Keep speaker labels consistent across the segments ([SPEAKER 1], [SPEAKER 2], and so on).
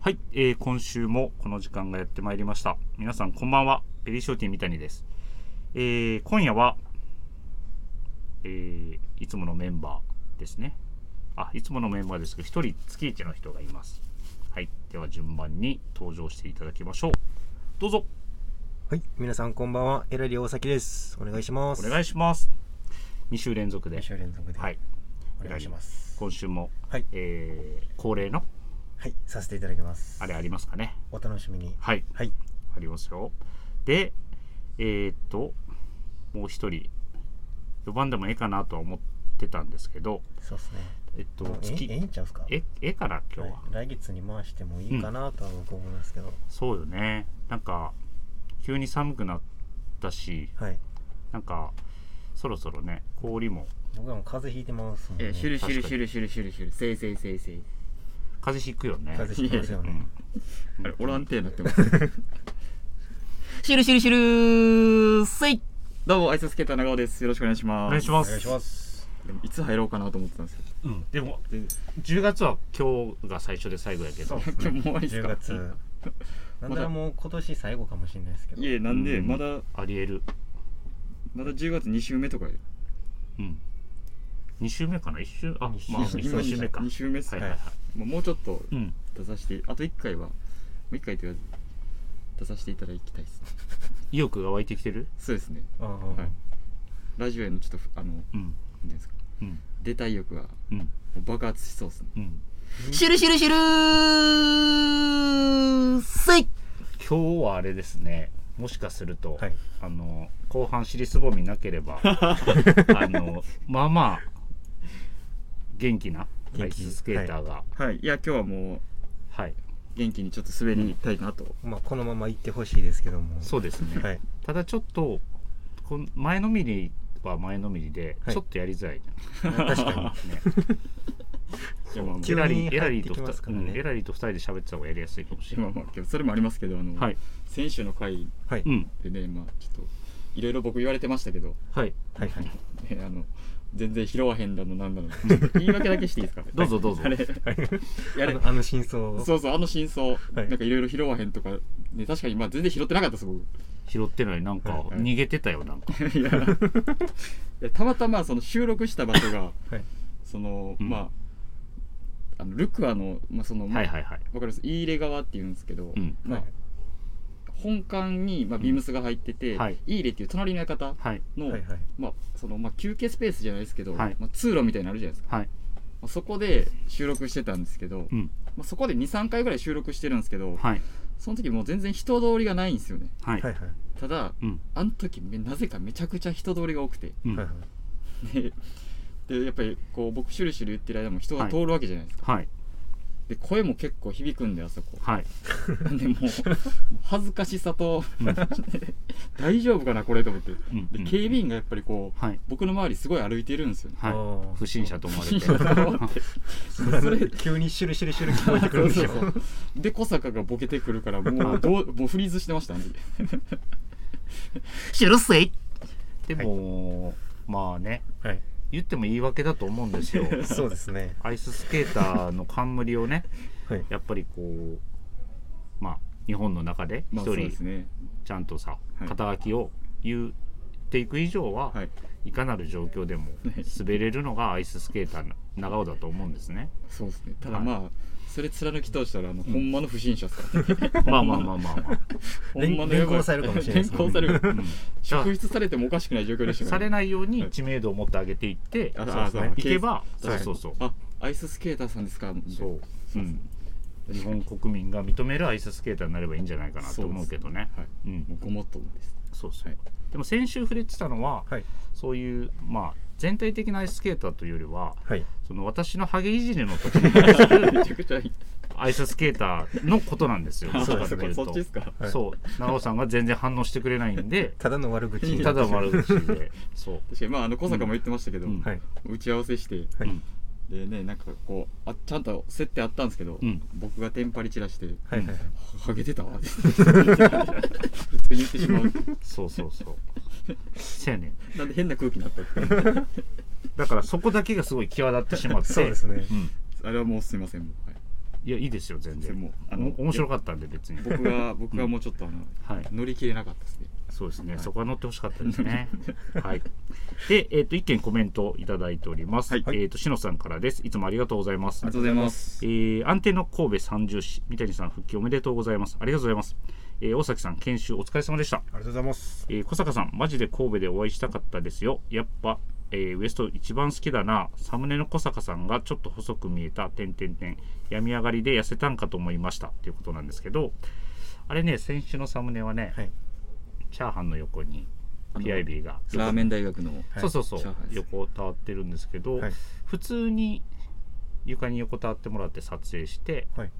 [SPEAKER 1] はい、えー今週もこの時間がやってまいりました。皆さんこんばんは、ペリーショーティー三谷です。えー今夜は、えーいつものメンバーですね。あ、いつものメンバーですけど、一人月一の人がいます。はい、では順番に登場していただきましょう。どうぞ、
[SPEAKER 2] はい、皆さんこんばんは。エラリ大崎です。お願いしま
[SPEAKER 1] お
[SPEAKER 2] す。
[SPEAKER 1] 願いします。2週連続で
[SPEAKER 3] 2、週連続で、
[SPEAKER 1] はい、
[SPEAKER 3] お願いします
[SPEAKER 1] 今週も、
[SPEAKER 3] はい
[SPEAKER 1] えー恒例の
[SPEAKER 3] はいさせていただきます
[SPEAKER 1] あれありますかね。
[SPEAKER 3] お楽しみに
[SPEAKER 1] はい、
[SPEAKER 3] はい
[SPEAKER 1] ありますよ。で、えーっと、もう一人、呼ばんでもええかなとは思ってたんですけど、
[SPEAKER 3] そうですね
[SPEAKER 1] えっと
[SPEAKER 3] もう、えええ
[SPEAKER 1] 月、
[SPEAKER 3] んちゃうっすか
[SPEAKER 1] え、ええかな、今日は。
[SPEAKER 3] はい来月に回してもいいかなとは僕思いますけど、
[SPEAKER 1] そうよね。なんか、急に寒くなったし、
[SPEAKER 3] はい
[SPEAKER 1] なんか、そろそろね、氷も、
[SPEAKER 3] 僕はもう風邪ひいてますもん
[SPEAKER 4] い
[SPEAKER 3] ね
[SPEAKER 4] や、シュルシュルシュルシュルシュルシュル、せいせいせいせい。
[SPEAKER 1] 風邪ひくよね。
[SPEAKER 3] 風邪ひきますよ
[SPEAKER 1] う
[SPEAKER 3] ね
[SPEAKER 1] ん
[SPEAKER 4] あれ、オランテーなってます。 シュルシュルシュルー、せいどうも、挨拶系た長尾です。よろしくお願いします。
[SPEAKER 1] お願いしま
[SPEAKER 3] お願いし
[SPEAKER 1] す。
[SPEAKER 3] ます
[SPEAKER 4] でもいつ入ろうかなと思ってたんですけ
[SPEAKER 1] うんでも、10月は今日が最初で最後やけど、
[SPEAKER 4] ど。今日もう終わりで
[SPEAKER 3] 10
[SPEAKER 4] すか
[SPEAKER 3] 月なんならもう今年最後かもしれないですけど
[SPEAKER 4] いえ、なんで、まだ、
[SPEAKER 1] ありえる。
[SPEAKER 4] まだ10月2週目とかで。
[SPEAKER 1] うん。2週目かな ?1 週あ、まあ、
[SPEAKER 3] 二週目
[SPEAKER 1] 2週目か。
[SPEAKER 4] 2週目っす
[SPEAKER 1] はい
[SPEAKER 4] ね
[SPEAKER 1] はいはい。
[SPEAKER 4] もうもうちょっと
[SPEAKER 1] うん。
[SPEAKER 4] 出させて、あと1回は、もう1回と言わず、出させていただきたいです。
[SPEAKER 1] 意欲が湧いてきてる
[SPEAKER 4] そうですね。
[SPEAKER 3] うんうんうん
[SPEAKER 4] はいラジオへのちょっと、あの、なんて
[SPEAKER 1] うん。
[SPEAKER 4] いうんですか、
[SPEAKER 1] うん。
[SPEAKER 4] 出たい欲がも
[SPEAKER 1] うん。
[SPEAKER 4] う爆発しそうですね。
[SPEAKER 1] うん。
[SPEAKER 4] シュルシュルシュルーせい
[SPEAKER 1] 今日はあれですね。もしかすると、
[SPEAKER 3] はい
[SPEAKER 1] あの、後半尻すぼみなけれ ば、あの、まあまあ、元気なア
[SPEAKER 3] 元
[SPEAKER 1] イ
[SPEAKER 3] 気
[SPEAKER 1] ススケーターが、
[SPEAKER 4] はい、いや、今日はもう
[SPEAKER 1] はい、
[SPEAKER 4] 元気にちょっと滑りたいなと。
[SPEAKER 3] まあこのまま行ってほしいですけども
[SPEAKER 1] そうですね。
[SPEAKER 3] はい
[SPEAKER 1] ただちょっと、この前のめりは前のめりで、
[SPEAKER 3] はい
[SPEAKER 1] ちょっとやりづらいな。
[SPEAKER 3] 確か
[SPEAKER 1] ね。
[SPEAKER 4] いやまあま
[SPEAKER 1] エ
[SPEAKER 3] 急
[SPEAKER 1] ラリ
[SPEAKER 3] に
[SPEAKER 1] ー、エラリ
[SPEAKER 3] 入っ
[SPEAKER 1] ー
[SPEAKER 3] て
[SPEAKER 1] と
[SPEAKER 3] き
[SPEAKER 1] 二
[SPEAKER 3] ます
[SPEAKER 1] 人、
[SPEAKER 3] から
[SPEAKER 1] うん
[SPEAKER 3] ね
[SPEAKER 1] エラリーと二人で喋ってた方がやりやすいかもし
[SPEAKER 4] あ、
[SPEAKER 1] れ
[SPEAKER 4] ま
[SPEAKER 1] な
[SPEAKER 4] あ
[SPEAKER 1] い。
[SPEAKER 4] まあ、けどそれもありますけど、あの、
[SPEAKER 1] はい。
[SPEAKER 4] 選手の会
[SPEAKER 3] はい、
[SPEAKER 1] うん。
[SPEAKER 4] でね、まあ、ちょっと、いろいろ僕言われてましたけど、
[SPEAKER 1] はい。
[SPEAKER 3] はいはい
[SPEAKER 4] ね、あの、全然拾わへんだの、なんだの、ちょっと言い訳だけしていいですか
[SPEAKER 1] どうぞどうぞ
[SPEAKER 4] あれ、や
[SPEAKER 3] あ
[SPEAKER 4] れ
[SPEAKER 3] の、あの真相を
[SPEAKER 4] そうそう、あの真相、
[SPEAKER 3] い
[SPEAKER 4] なんかいろいろ拾わへんとか、ね、確かに、まあ、全然拾ってなかったで す、僕。
[SPEAKER 1] 拾ってない、なんか、
[SPEAKER 4] はい
[SPEAKER 1] 逃げてたよ、なんか。
[SPEAKER 4] いやいやたまたまその収録した場所が、
[SPEAKER 3] はい
[SPEAKER 4] その、
[SPEAKER 1] うん
[SPEAKER 4] まああのルクアの,、まあその
[SPEAKER 1] はいはいはい。
[SPEAKER 4] わかります飯入れ側っていうんですけど、
[SPEAKER 1] うん。
[SPEAKER 4] まあ
[SPEAKER 3] はい
[SPEAKER 4] 本館に、まあ、ビームスが入ってて、
[SPEAKER 1] うんはい
[SPEAKER 4] 飯入れっていう隣の館
[SPEAKER 1] はい。
[SPEAKER 4] の,、
[SPEAKER 3] はいはい
[SPEAKER 4] まあそのまあ、休憩スペースじゃないですけど、
[SPEAKER 1] はい
[SPEAKER 4] まあ、通路みたいになのあるじゃないですか、
[SPEAKER 1] はい。
[SPEAKER 4] まあそこで収録してたんですけど、
[SPEAKER 1] うん。
[SPEAKER 4] まあ、そこで23回ぐらい収録してるんですけど、
[SPEAKER 1] はい。
[SPEAKER 4] その時もう全然人通りがないんですよね
[SPEAKER 1] はい。
[SPEAKER 3] はいはい
[SPEAKER 4] ただ
[SPEAKER 1] うん。
[SPEAKER 4] あの時めなぜかめちゃくちゃ人通りが多くて
[SPEAKER 1] うん。
[SPEAKER 3] はいはい
[SPEAKER 4] ででやっぱりこう僕シュルシュル言ってる間も人が通るわけじゃないですか、
[SPEAKER 1] はい。
[SPEAKER 4] で声も結構響くんであそこ
[SPEAKER 1] はい。
[SPEAKER 4] なんでもう恥ずかしさと
[SPEAKER 1] うん。
[SPEAKER 4] 大丈夫かなこれと思って
[SPEAKER 1] うん
[SPEAKER 4] で警備員がやっぱりこう
[SPEAKER 1] はい。
[SPEAKER 4] 僕の周りすごい歩いてるんですよね
[SPEAKER 3] あ
[SPEAKER 1] は
[SPEAKER 3] ー
[SPEAKER 1] い。不審者と思われ
[SPEAKER 4] 不審者と思わ
[SPEAKER 1] て。
[SPEAKER 4] それ
[SPEAKER 3] 急にシュルシュルシュル聞こえてくるんですよ
[SPEAKER 4] そうそうそうで小坂がボケてくるからもうどうもうフリーズしてましたあの時
[SPEAKER 1] 知るせいでも、まあね、
[SPEAKER 3] はい
[SPEAKER 1] 言っても言い訳だと思うんです よ。
[SPEAKER 3] そうですね
[SPEAKER 1] アイススケーターの冠をね、
[SPEAKER 3] はい
[SPEAKER 1] やっぱりこう、まあ、日本の中で
[SPEAKER 4] ま
[SPEAKER 1] 一
[SPEAKER 4] あそうで
[SPEAKER 1] 人
[SPEAKER 4] すね
[SPEAKER 1] ちゃんとさ
[SPEAKER 4] は、い
[SPEAKER 1] 肩書きを言っていく以上は
[SPEAKER 4] は、い
[SPEAKER 1] いかなる状況でも滑れるのがアイススケーターの長尾だと思うんですね。
[SPEAKER 4] そうですねただまあ、それ貫き通したらあの、ほんまの不審者っすからね
[SPEAKER 1] まあまあまあまあまあ。
[SPEAKER 4] ほんまのやば
[SPEAKER 3] 連行されるかもしれないですね
[SPEAKER 4] 連行される
[SPEAKER 1] うん
[SPEAKER 4] 職質されてもおかしくない状況でした
[SPEAKER 1] され
[SPEAKER 4] い
[SPEAKER 1] ないように知名度を持って上げていって、
[SPEAKER 3] そ
[SPEAKER 4] あ
[SPEAKER 3] うですね
[SPEAKER 4] ああ
[SPEAKER 1] 行けば、そ
[SPEAKER 4] 警
[SPEAKER 1] う
[SPEAKER 4] 察
[SPEAKER 1] そうそう。
[SPEAKER 4] あアイススケーターさんですかみたいな
[SPEAKER 1] そう。う
[SPEAKER 4] そうそ
[SPEAKER 1] ん。日本国民が認めるアイススケーターになればいいんじゃないかなと思うけどね。
[SPEAKER 4] はい
[SPEAKER 1] うん
[SPEAKER 4] もう。ごもっともです
[SPEAKER 1] そうそう。
[SPEAKER 4] はい
[SPEAKER 1] でも先週触れてたのは、
[SPEAKER 3] はい
[SPEAKER 1] そういう、まあ、全体的なアイススケーターというよりは、
[SPEAKER 3] はい
[SPEAKER 1] その私のハゲいじりの時 に
[SPEAKER 4] めちゃくちゃいい
[SPEAKER 1] アイススケーターのことなんですよ。
[SPEAKER 3] そうで
[SPEAKER 1] どちか
[SPEAKER 3] す
[SPEAKER 1] というと
[SPEAKER 4] そっちですか
[SPEAKER 3] はい、
[SPEAKER 1] そう。長尾さんが全然反応してくれないんで
[SPEAKER 3] ただの悪口
[SPEAKER 1] ただ悪口で、 そう。
[SPEAKER 4] 確かにまああの小坂も言ってましたけど、
[SPEAKER 1] うん
[SPEAKER 3] はい
[SPEAKER 4] 打ち合わせして
[SPEAKER 3] はい
[SPEAKER 1] うん
[SPEAKER 4] でねなんかこうあちゃんと設定あったんですけど、
[SPEAKER 1] うん
[SPEAKER 4] 僕がテンパり散らして
[SPEAKER 3] はいはいはい
[SPEAKER 4] 「ハゲてたわ」って普通に言ってしまう
[SPEAKER 1] そうそう そう。せやねん。
[SPEAKER 4] なんで変な空気になったって
[SPEAKER 1] だからそこだけがすごい際立ってしまって。
[SPEAKER 3] そうですね
[SPEAKER 1] うん
[SPEAKER 4] あれはもうすいませんもう、はい
[SPEAKER 1] いやいいですよ全然
[SPEAKER 4] でもあの
[SPEAKER 1] お面白かったんで別に
[SPEAKER 4] 僕が僕がもうちょっとあの、
[SPEAKER 1] はい
[SPEAKER 4] 乗り切れなかったですね
[SPEAKER 1] そうですね、そこは乗ってほしかったです ね。はい。で、えっ、と、一件コメントいただいております。
[SPEAKER 4] はい
[SPEAKER 1] えっ、と、しのさんからです。いつもありがとうございます
[SPEAKER 4] ありが。とうございます
[SPEAKER 1] えー、安定の神戸三重市、三谷さん復帰おめでとうございます。ありがとうございます。えー、大崎さん、研修お疲れ様でした。
[SPEAKER 2] がとうございます。
[SPEAKER 1] えー、小坂さん、マジで神戸でお会いしたかったですよ。やっぱ、えーウエスト一番好きだな。サムネの小坂さんがちょっと細く見えた、点点点。病み上がりで痩せたんかと思いました。ということなんですけど、あれね、先週のサムネはね、
[SPEAKER 3] はい
[SPEAKER 1] チャーハンの横に、
[SPEAKER 4] あの
[SPEAKER 1] PIB が横に
[SPEAKER 4] ラーメン大学の
[SPEAKER 3] はい
[SPEAKER 1] そうそうそう
[SPEAKER 4] チャーハンですね
[SPEAKER 1] 横たわってるんですけど、
[SPEAKER 3] はい
[SPEAKER 1] 普通に床に横たわってもらって撮影して、
[SPEAKER 3] はい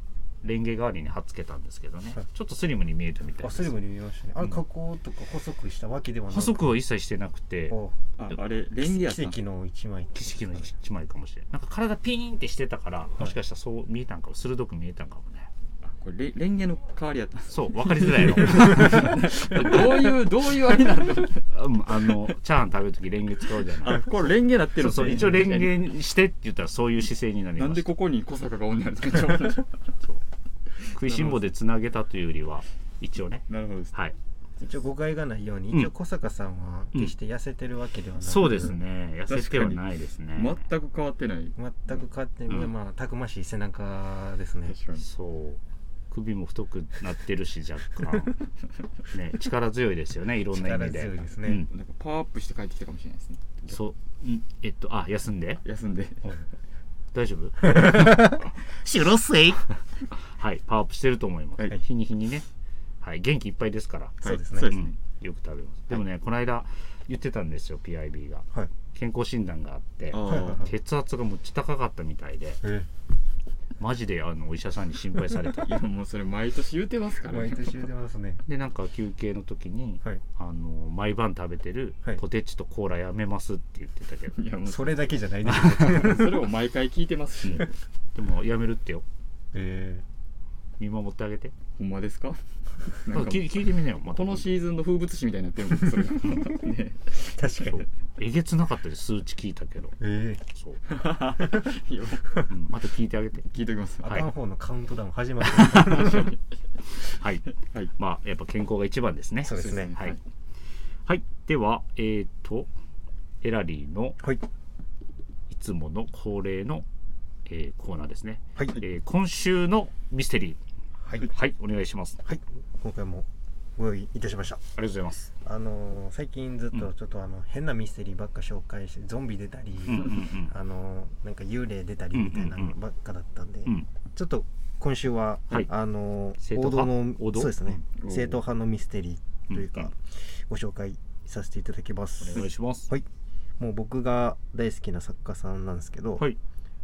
[SPEAKER 1] レンゲ代わりに貼っつけたんですけどね、
[SPEAKER 3] はい
[SPEAKER 1] ちょっとスリムに見えたみたい
[SPEAKER 3] あ
[SPEAKER 1] です
[SPEAKER 3] スリムに見えましたねあれ加工とか細くしたわけではなく
[SPEAKER 1] 細くは一切してなくて
[SPEAKER 3] お
[SPEAKER 4] ああれレンゲやった
[SPEAKER 3] 奇跡の一枚
[SPEAKER 1] 景色の一枚かもしれないなんか体ピーンってしてたからもしかしたらそう見えたんかも鋭く見えたんかもね
[SPEAKER 4] あこれレレンゲの代わりやった
[SPEAKER 1] そう分かりづらいの
[SPEAKER 4] どういうどういうあれなの
[SPEAKER 1] うんあのチャーハン食べる時レンゲ使うじゃない
[SPEAKER 4] あこれレンゲなってる
[SPEAKER 1] そ
[SPEAKER 4] ん
[SPEAKER 1] う
[SPEAKER 4] です
[SPEAKER 1] そう
[SPEAKER 4] ね
[SPEAKER 1] 一応レンゲにしてって言ったらそういう姿勢になりました
[SPEAKER 4] なんでここに小坂がおんねやろちょっと
[SPEAKER 1] 食いしん坊でつなげたというよりは一応ね
[SPEAKER 4] なるほどです
[SPEAKER 1] はい
[SPEAKER 3] 一応誤解がないように、
[SPEAKER 1] うん
[SPEAKER 3] 一応小坂さんは決して痩せてるわけではない、
[SPEAKER 1] そうですね痩せてはないですね
[SPEAKER 4] 全く変わってない
[SPEAKER 3] 全く変わってない、
[SPEAKER 1] うん
[SPEAKER 3] まあたくましい背中ですね
[SPEAKER 4] 確かに
[SPEAKER 1] そう首も太くなってるし若干ね力強いですよねいろんな意味で
[SPEAKER 3] 力強いですね
[SPEAKER 1] うん、
[SPEAKER 4] なんかパワーアップして帰ってきたかもしれないですね
[SPEAKER 1] そううんえっとあ休んで
[SPEAKER 4] 休んで
[SPEAKER 1] 大丈夫シュロスイはいパワーアップしてると思います、
[SPEAKER 4] はい
[SPEAKER 1] 日に日にねはい元気いっぱいですから、
[SPEAKER 3] そうです
[SPEAKER 4] は
[SPEAKER 3] ね
[SPEAKER 4] いそうです
[SPEAKER 1] うんよく食べますでもね、この間言ってたんですよ PIB が
[SPEAKER 3] はい
[SPEAKER 1] 健康診断があって
[SPEAKER 4] あ
[SPEAKER 3] はいはい
[SPEAKER 4] あ
[SPEAKER 1] 血圧がむっちゃ高かったみたいで
[SPEAKER 3] え
[SPEAKER 1] マジであのお医者さんに心配された
[SPEAKER 4] いやもうそれ毎年言うてますから
[SPEAKER 3] 毎
[SPEAKER 4] ね
[SPEAKER 3] 年言ってますね
[SPEAKER 1] でなんか休憩の時に、
[SPEAKER 3] はい
[SPEAKER 1] あの毎晩食べてる
[SPEAKER 3] はい
[SPEAKER 1] ポテチとコーラやめますって言ってたけど、
[SPEAKER 4] いやもう
[SPEAKER 3] そ
[SPEAKER 4] そ
[SPEAKER 3] れだけじ ゃないです
[SPEAKER 4] れを毎回聞いてますしね
[SPEAKER 1] でもやめるってよ
[SPEAKER 3] え
[SPEAKER 1] 見守ってあげて
[SPEAKER 4] ほんまですかなんかもう
[SPEAKER 1] 聞い聞いてみなよ、また、
[SPEAKER 4] このシーズンの風物詩みたいになってるもんそれ がね
[SPEAKER 3] ー確
[SPEAKER 1] そ
[SPEAKER 3] かに
[SPEAKER 1] うえげつなかったです数値聞いたけど
[SPEAKER 3] ええ
[SPEAKER 1] そう、
[SPEAKER 4] いや
[SPEAKER 1] うんまた聞いてあげて
[SPEAKER 4] 聞いておきます
[SPEAKER 3] あ
[SPEAKER 1] はい
[SPEAKER 3] かん方のカウントダウン始まっ
[SPEAKER 1] はい
[SPEAKER 4] はい
[SPEAKER 1] まあやっぱ健康が一番ですね
[SPEAKER 3] そうですね
[SPEAKER 1] はい、はい、ではえっ、ー、とエラリーの
[SPEAKER 2] はい。
[SPEAKER 1] いつもの恒例の、えーコーナーですね、
[SPEAKER 2] はい。
[SPEAKER 1] えー今週のミステリ
[SPEAKER 2] はい。
[SPEAKER 1] ーはいお願いします
[SPEAKER 2] はい。
[SPEAKER 3] 今回もご用意いたしました
[SPEAKER 1] ありがとうございます
[SPEAKER 3] あのー最近ずっ
[SPEAKER 1] う
[SPEAKER 3] と
[SPEAKER 1] ん
[SPEAKER 3] ちょっとあの変なミステリーばっか紹介してゾンビ出たり、
[SPEAKER 1] うんうんうん
[SPEAKER 3] あのーなんか幽霊出たりみたいな
[SPEAKER 1] うんうん
[SPEAKER 3] の
[SPEAKER 1] うん
[SPEAKER 3] ばっかだったんで、
[SPEAKER 1] うん
[SPEAKER 3] ちょっと今週は、
[SPEAKER 1] はい
[SPEAKER 3] あのー
[SPEAKER 1] 正統
[SPEAKER 3] 王道
[SPEAKER 1] 派
[SPEAKER 3] の
[SPEAKER 1] 王道
[SPEAKER 3] そうですね
[SPEAKER 4] うん
[SPEAKER 3] 正統派のミステリーというか、
[SPEAKER 1] うんうん
[SPEAKER 3] ご紹介させていただきます
[SPEAKER 1] お願いします
[SPEAKER 3] はいもう僕が大好きな作家さんなんですけど、
[SPEAKER 1] はい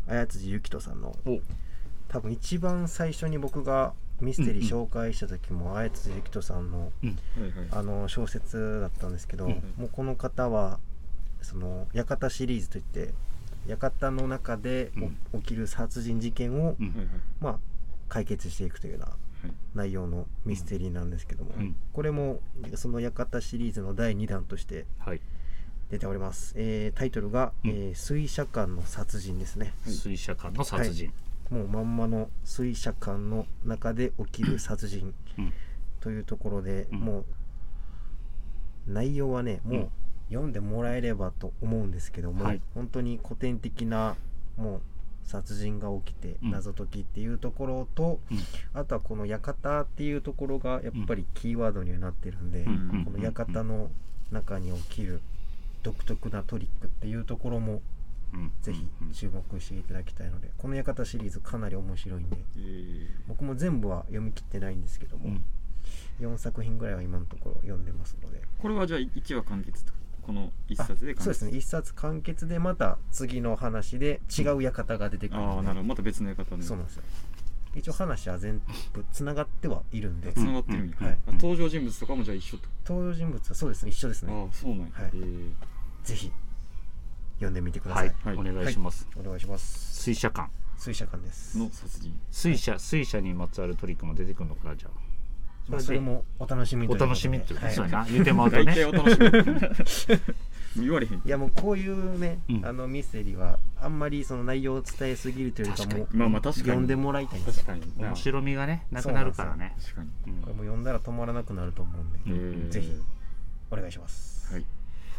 [SPEAKER 3] 綾辻ゆきとさんの
[SPEAKER 1] お
[SPEAKER 3] 多分一番最初に僕がミステリー紹介した時も綾辻ゆきとさんの
[SPEAKER 4] はいはい
[SPEAKER 3] あの小説だったんですけど、
[SPEAKER 1] うん
[SPEAKER 3] もうこの方はその館シリーズといって館の中で
[SPEAKER 1] うん
[SPEAKER 3] お起きる殺人事件を、
[SPEAKER 1] うん
[SPEAKER 4] はいはい
[SPEAKER 3] まあ、解決していくというような内容のミステリーなんですけども、
[SPEAKER 1] うん
[SPEAKER 3] これもその館シリーズの第2弾として
[SPEAKER 1] はい
[SPEAKER 3] 出ております、えータイトルが、
[SPEAKER 1] うん
[SPEAKER 3] えー水車館の殺人」ですね
[SPEAKER 1] 水車間の殺人、
[SPEAKER 3] もうまんまの水車館の中で起きる殺人
[SPEAKER 1] うん
[SPEAKER 3] というところで、
[SPEAKER 1] うん
[SPEAKER 3] もう内容はねも
[SPEAKER 1] うん
[SPEAKER 3] う読んでもらえればと思うんですけども、
[SPEAKER 1] はい
[SPEAKER 3] 本当に古典的なもう殺人が起きて
[SPEAKER 1] うん
[SPEAKER 3] 謎解きっていうところと、
[SPEAKER 1] うん
[SPEAKER 3] あとはこの館っていうところがやっぱりキーワードにはなってるんで、
[SPEAKER 1] うん
[SPEAKER 4] うんうん
[SPEAKER 3] この館の中に起きる独特なトリックっていうところも
[SPEAKER 1] うん
[SPEAKER 3] ぜひ
[SPEAKER 1] うん
[SPEAKER 3] 注目していただきたいのでこの館シリーズかなり面白いんで
[SPEAKER 4] えー
[SPEAKER 3] 僕も全部は読み切ってないんですけど
[SPEAKER 1] う
[SPEAKER 3] も、
[SPEAKER 1] ん
[SPEAKER 3] 4作品ぐらいは今のところ読んでますので
[SPEAKER 4] これはじゃあ1話完結とこの1
[SPEAKER 3] あ
[SPEAKER 4] 冊で完
[SPEAKER 3] そうで
[SPEAKER 4] 結
[SPEAKER 3] すね1冊完結でまた次の話で違う館が出てくるんで
[SPEAKER 4] ああなるほどまた別の館で
[SPEAKER 3] そうなんですよ一応話は全部つながってはいるんで
[SPEAKER 4] つながってるんや、
[SPEAKER 1] うん
[SPEAKER 3] はい
[SPEAKER 4] あ登場人物とかもじゃあ一緒と、
[SPEAKER 3] 登場人物はそうですね一緒ですね
[SPEAKER 4] ああそうなんや、
[SPEAKER 3] はい
[SPEAKER 4] えー
[SPEAKER 3] ぜひ読んでみてくださ、
[SPEAKER 1] はいい、
[SPEAKER 4] はい
[SPEAKER 1] お願いします、
[SPEAKER 3] お願いします
[SPEAKER 1] 水車間
[SPEAKER 3] 水車館です
[SPEAKER 4] の殺人
[SPEAKER 1] 水車水車にまつわるトリックも出てくるのかなじゃあ
[SPEAKER 3] まあそれもお楽しみと
[SPEAKER 1] お
[SPEAKER 3] いうことで
[SPEAKER 1] 楽しみってこと
[SPEAKER 3] は
[SPEAKER 1] で
[SPEAKER 3] い
[SPEAKER 1] すよね、言うてまうと
[SPEAKER 4] 大
[SPEAKER 1] ね
[SPEAKER 4] 体お楽しみ 言われへん
[SPEAKER 3] いやもうこういうね、
[SPEAKER 1] うん
[SPEAKER 3] あのミステリーはあんまりその内容を伝えすぎるというよりか
[SPEAKER 1] 確
[SPEAKER 3] もう
[SPEAKER 1] か
[SPEAKER 4] まあまあ確かに
[SPEAKER 3] 読んでもらいたいんですよ
[SPEAKER 4] 確かにな
[SPEAKER 1] 面白みがねなくなるからね
[SPEAKER 4] 確かに
[SPEAKER 1] うん
[SPEAKER 3] これもう読んだら止まらなくなると思うんで、
[SPEAKER 1] うん
[SPEAKER 4] えー
[SPEAKER 3] ぜひお願いします
[SPEAKER 4] はい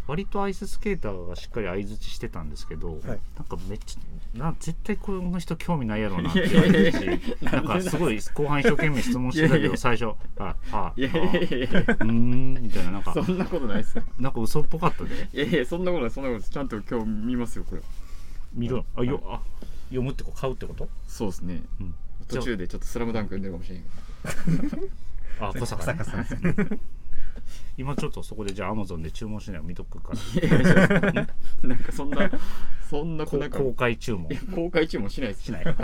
[SPEAKER 1] 割とアイススケーターがしっかり相づちしてたんですけど、なんかめっちゃな絶対この人興味ないやろうなって言われて
[SPEAKER 4] いやいやい
[SPEAKER 1] し
[SPEAKER 4] や
[SPEAKER 1] なんかすごい後半一生懸命質問してたけ
[SPEAKER 4] いやい
[SPEAKER 1] ど
[SPEAKER 4] や
[SPEAKER 1] 最初「あああ
[SPEAKER 4] いやいやいやいや
[SPEAKER 1] うーん」みたいななんか
[SPEAKER 4] そんなことないですよ
[SPEAKER 1] なんか嘘っぽかったで
[SPEAKER 4] いやいやそんなことないそんなことないちゃんと今日見ますよこれ
[SPEAKER 1] 見るあよあ読むってこ買うってこと、
[SPEAKER 4] そうですね
[SPEAKER 1] うん、
[SPEAKER 4] 途中でちょっと「スラムダンク読んでるかもしれんけど
[SPEAKER 1] あ小坂,、ね、
[SPEAKER 3] 小坂さ
[SPEAKER 1] うん今ちょっとそこでじゃあアマゾンで注文しないを見とくから
[SPEAKER 4] なんかそんなそんな
[SPEAKER 1] こ
[SPEAKER 4] なんか
[SPEAKER 1] 公開注文
[SPEAKER 4] いや公開注文しないです
[SPEAKER 1] しない
[SPEAKER 4] はい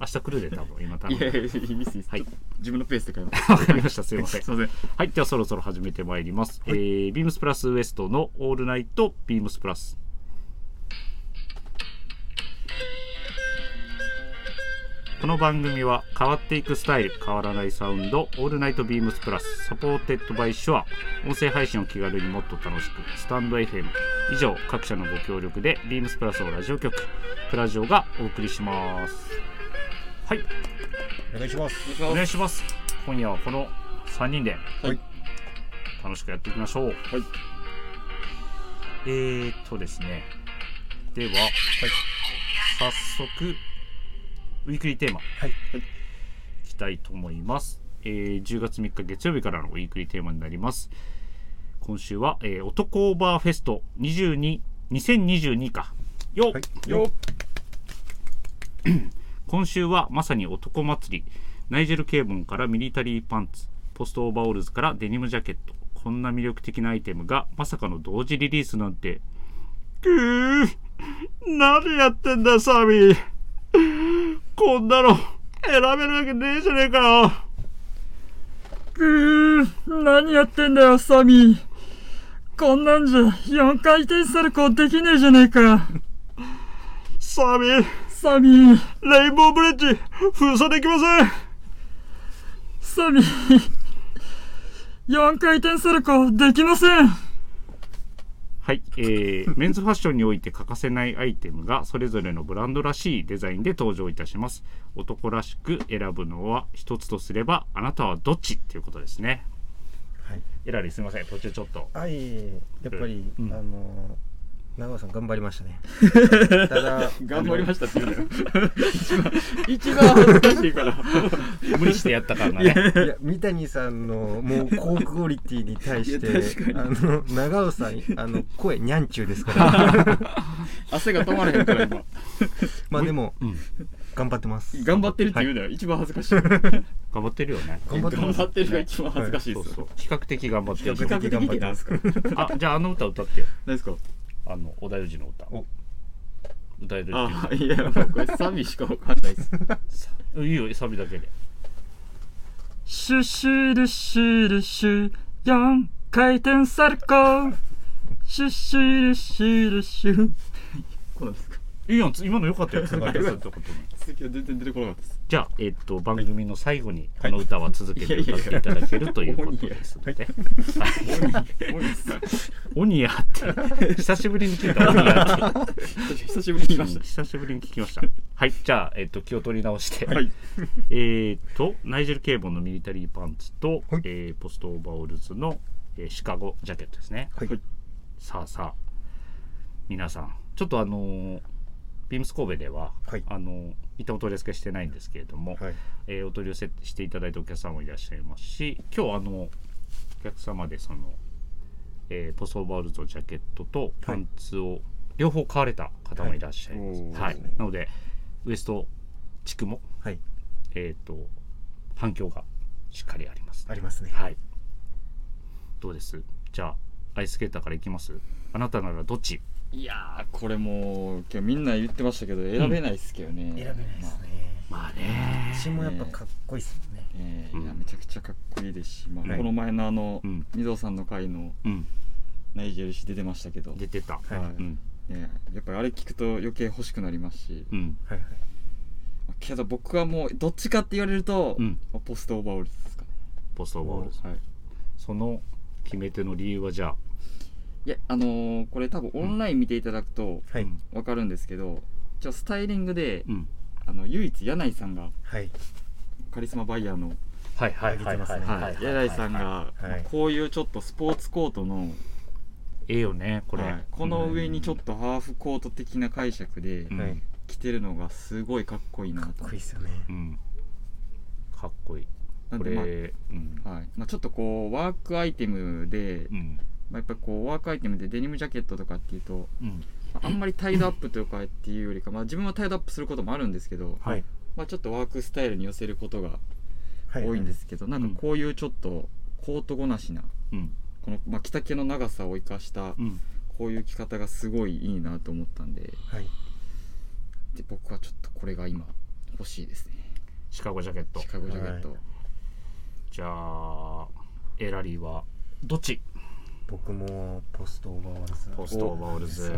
[SPEAKER 1] 明日来るで多分今多
[SPEAKER 4] いやい
[SPEAKER 1] 分
[SPEAKER 4] やいやいいミスです
[SPEAKER 1] はい
[SPEAKER 4] ちょっと自分のペースで買いま す
[SPEAKER 1] わかりましたすいません
[SPEAKER 4] すいません
[SPEAKER 1] はい、ではそろそろ始めてまいります。えー、ビームスプラスウエストのオールナイトビームスプラス。この番組は変わっていくスタイル、変わらないサウンド、オールナイトビームスプラス、サポーテッドバイシュア、音声配信を気軽にもっと楽しく、スタンド FM、以上各社のご協力で、ビームスプラスをラジオ局、プラジオがお送りします。はい、
[SPEAKER 3] お願いします
[SPEAKER 1] お
[SPEAKER 4] お
[SPEAKER 1] 願
[SPEAKER 4] 願い
[SPEAKER 1] い
[SPEAKER 4] し
[SPEAKER 1] します。今夜はこの3人で
[SPEAKER 4] はい
[SPEAKER 1] 楽しくやっていきましょう。
[SPEAKER 4] はい
[SPEAKER 1] えー、っとですね。では、早速、ウィークリーテーマ。
[SPEAKER 3] はい
[SPEAKER 1] いきたいと思います。えー10月3日月曜日からのウィークリーテーマになります。今週は、えー男オーバーフェスト22、2022か。よっ、
[SPEAKER 3] はい
[SPEAKER 4] よ
[SPEAKER 1] 今週はまさに男祭りナイジェル・ケイボンからミリタリーパンツポストオーバーオールズからデニムジャケットこんな魅力的なアイテムがまさかの同時リリースなんてくぅ何やってんだサミーこんなの選べるわけねえじゃねえかよ
[SPEAKER 4] くー何やってんだよサミーこんなんじゃ4回転サルコーできねえじゃねえか
[SPEAKER 1] サミー
[SPEAKER 4] サミー
[SPEAKER 1] レインボーブリッジ封鎖できません
[SPEAKER 4] サミー4回転サルコーできません
[SPEAKER 1] はい、えー メンズファッションにおいて欠かせないアイテムがそれぞれのブランドらしいデザインで登場いたします男らしく選ぶのは一つとすればあなたはどっちっていうことですね
[SPEAKER 3] はい
[SPEAKER 1] エラリーすみません途中ちょっと
[SPEAKER 3] あいえいえやっぱり、
[SPEAKER 1] うん
[SPEAKER 3] あの長尾さん頑張りましたねただ
[SPEAKER 4] 頑張りま
[SPEAKER 3] し
[SPEAKER 4] したって言うなよ 一番一番恥ずかしいから
[SPEAKER 1] 無理してやったからね
[SPEAKER 3] たいや三谷さんのもう高クオリティに対し
[SPEAKER 4] いや確か
[SPEAKER 3] て
[SPEAKER 4] に
[SPEAKER 3] あの長尾さんあの声にゃんちゅうですから
[SPEAKER 4] 汗が止まらへんから今
[SPEAKER 3] まあでも
[SPEAKER 1] うん
[SPEAKER 3] 頑張ってます
[SPEAKER 4] 頑張ってるって言うなよ、一番恥ずかしい
[SPEAKER 1] 頑張ってるよね
[SPEAKER 3] 頑張って
[SPEAKER 4] 頑
[SPEAKER 3] ます
[SPEAKER 4] 張ってるが一番恥ずかしい
[SPEAKER 1] そ
[SPEAKER 4] で
[SPEAKER 1] う
[SPEAKER 4] す
[SPEAKER 1] そ
[SPEAKER 4] よ
[SPEAKER 1] う比較的頑張ってる
[SPEAKER 3] 比較的頑張ってます
[SPEAKER 4] 比較的なんですか
[SPEAKER 1] あじゃああの歌歌ってよ
[SPEAKER 4] 何ですか
[SPEAKER 1] あの織田裕二の歌
[SPEAKER 3] お
[SPEAKER 1] 歌えるっていう
[SPEAKER 4] あいやもうこれサビしかわかんないです
[SPEAKER 1] いいよサビだけで
[SPEAKER 4] シュシュルシュルシュ4回転サルコーシュシュルシュルシュ こうなんですか
[SPEAKER 1] いいやん今の良かったよつながりするってことね
[SPEAKER 4] 続きは全然出てこなかった です
[SPEAKER 1] じゃあ、えっと、番組の最後にこの歌は続けて歌っていただけるということですので、
[SPEAKER 4] 多いです
[SPEAKER 1] オニヤって、久しぶりに聞いたオニヤっ、
[SPEAKER 4] 久しぶりに言いまして
[SPEAKER 1] 久しぶりに聞きました。はい、じゃあ、えっと、気を取り直して、
[SPEAKER 4] たはい
[SPEAKER 1] えーっと、ナイジェル・ケイボンのミリタリーパンツと、
[SPEAKER 3] はい
[SPEAKER 1] えーポストオーバーオールズの、えーシカゴジャケットですね。
[SPEAKER 3] はい
[SPEAKER 4] はい
[SPEAKER 1] さあさあ、皆さん、ちょっとあのービームス神戸では、
[SPEAKER 3] はい
[SPEAKER 1] あのー一旦お取り扱いしてないんですけれども、
[SPEAKER 3] はい
[SPEAKER 1] えーお取り寄せしていただいたお客さんもいらっしゃいますし今日あのお客様でその、えーポストオーバーオールズのジャケットとパンツを両方買われた方もいらっしゃいます、は
[SPEAKER 4] はいい
[SPEAKER 3] そうですね
[SPEAKER 1] なのでウエスト地区も、
[SPEAKER 3] はい
[SPEAKER 1] えー、と反響がしっかりあります、
[SPEAKER 3] ありますね
[SPEAKER 1] はいどうですじゃあアイススケーターからいきますあなたならどっち
[SPEAKER 4] いやーこれもう今日みんな言ってましたけど選べないっすけどね、
[SPEAKER 3] 選べないですね
[SPEAKER 1] まあね
[SPEAKER 3] 私もやっぱかっこいいっすもんね
[SPEAKER 4] えーいや
[SPEAKER 1] うん
[SPEAKER 4] めちゃくちゃかっこいいですし、まあ
[SPEAKER 1] はい
[SPEAKER 4] この前のあの、
[SPEAKER 1] うん
[SPEAKER 4] 御堂さんの回の
[SPEAKER 1] うん
[SPEAKER 4] ナイジェル氏出てましたけど、
[SPEAKER 1] 出てた、
[SPEAKER 4] はい
[SPEAKER 1] うん
[SPEAKER 4] ねやっぱりあれ聞くと余計欲しくなりますし、
[SPEAKER 1] うん
[SPEAKER 3] はいはい
[SPEAKER 4] まあけど僕はもうどっちかって言われると、
[SPEAKER 1] うん
[SPEAKER 4] まあポストオーバーオールですかね
[SPEAKER 1] ポストオーバーオールズ
[SPEAKER 4] はい
[SPEAKER 1] その決め手の理由はじゃあ
[SPEAKER 4] いやあのーこれ多分オンライン見ていただくと
[SPEAKER 3] はい
[SPEAKER 1] うん
[SPEAKER 4] 分かるんですけど一応スタイリングで
[SPEAKER 1] うん
[SPEAKER 4] あの唯一柳井さんが
[SPEAKER 3] はい
[SPEAKER 4] カリスマバイヤーの、
[SPEAKER 1] はいはいはいはい
[SPEAKER 3] 上げてますね
[SPEAKER 1] は
[SPEAKER 4] はいい、柳井さんが
[SPEAKER 3] いはい
[SPEAKER 4] こういうちょっとスポーツコートの、
[SPEAKER 1] ええよねこれ、
[SPEAKER 4] はいこの上にちょっとハーフコート的な解釈で
[SPEAKER 1] うん
[SPEAKER 3] はい
[SPEAKER 4] 着てるのがすごいかっこいいな
[SPEAKER 3] かっ
[SPEAKER 4] と
[SPEAKER 3] こいいっすよね
[SPEAKER 1] うんかっこいい
[SPEAKER 4] なん
[SPEAKER 1] こ
[SPEAKER 4] で
[SPEAKER 1] れ、
[SPEAKER 4] まあ
[SPEAKER 1] うん
[SPEAKER 4] はいまあ、ちょっとこうワークアイテムで、
[SPEAKER 1] うん
[SPEAKER 4] まあ、やっぱこうワークアイテムでデニムジャケットとかっていうと
[SPEAKER 1] うん
[SPEAKER 4] あんまりタイドアップとかっていうよりか、まあ、自分はタイドアップすることもあるんですけど、
[SPEAKER 3] はい
[SPEAKER 4] まあ、ちょっとワークスタイルに寄せることが
[SPEAKER 3] はい
[SPEAKER 4] 多いんですけど、
[SPEAKER 1] い
[SPEAKER 4] なんかこういうちょっとコートごなしな
[SPEAKER 1] うん
[SPEAKER 4] この、まあ、着丈の長さを生かした
[SPEAKER 1] うん
[SPEAKER 4] こういう着方がすごいいいなと思ったんで
[SPEAKER 3] はい
[SPEAKER 4] で僕はちょっとこれが今欲しいですね
[SPEAKER 1] シカゴジャケット
[SPEAKER 4] シカゴジャケット、
[SPEAKER 3] は
[SPEAKER 1] じゃあエラリーはどっち
[SPEAKER 3] 僕もポストオーバーワールズ
[SPEAKER 1] ポストオーバーオール
[SPEAKER 3] お
[SPEAKER 1] ズ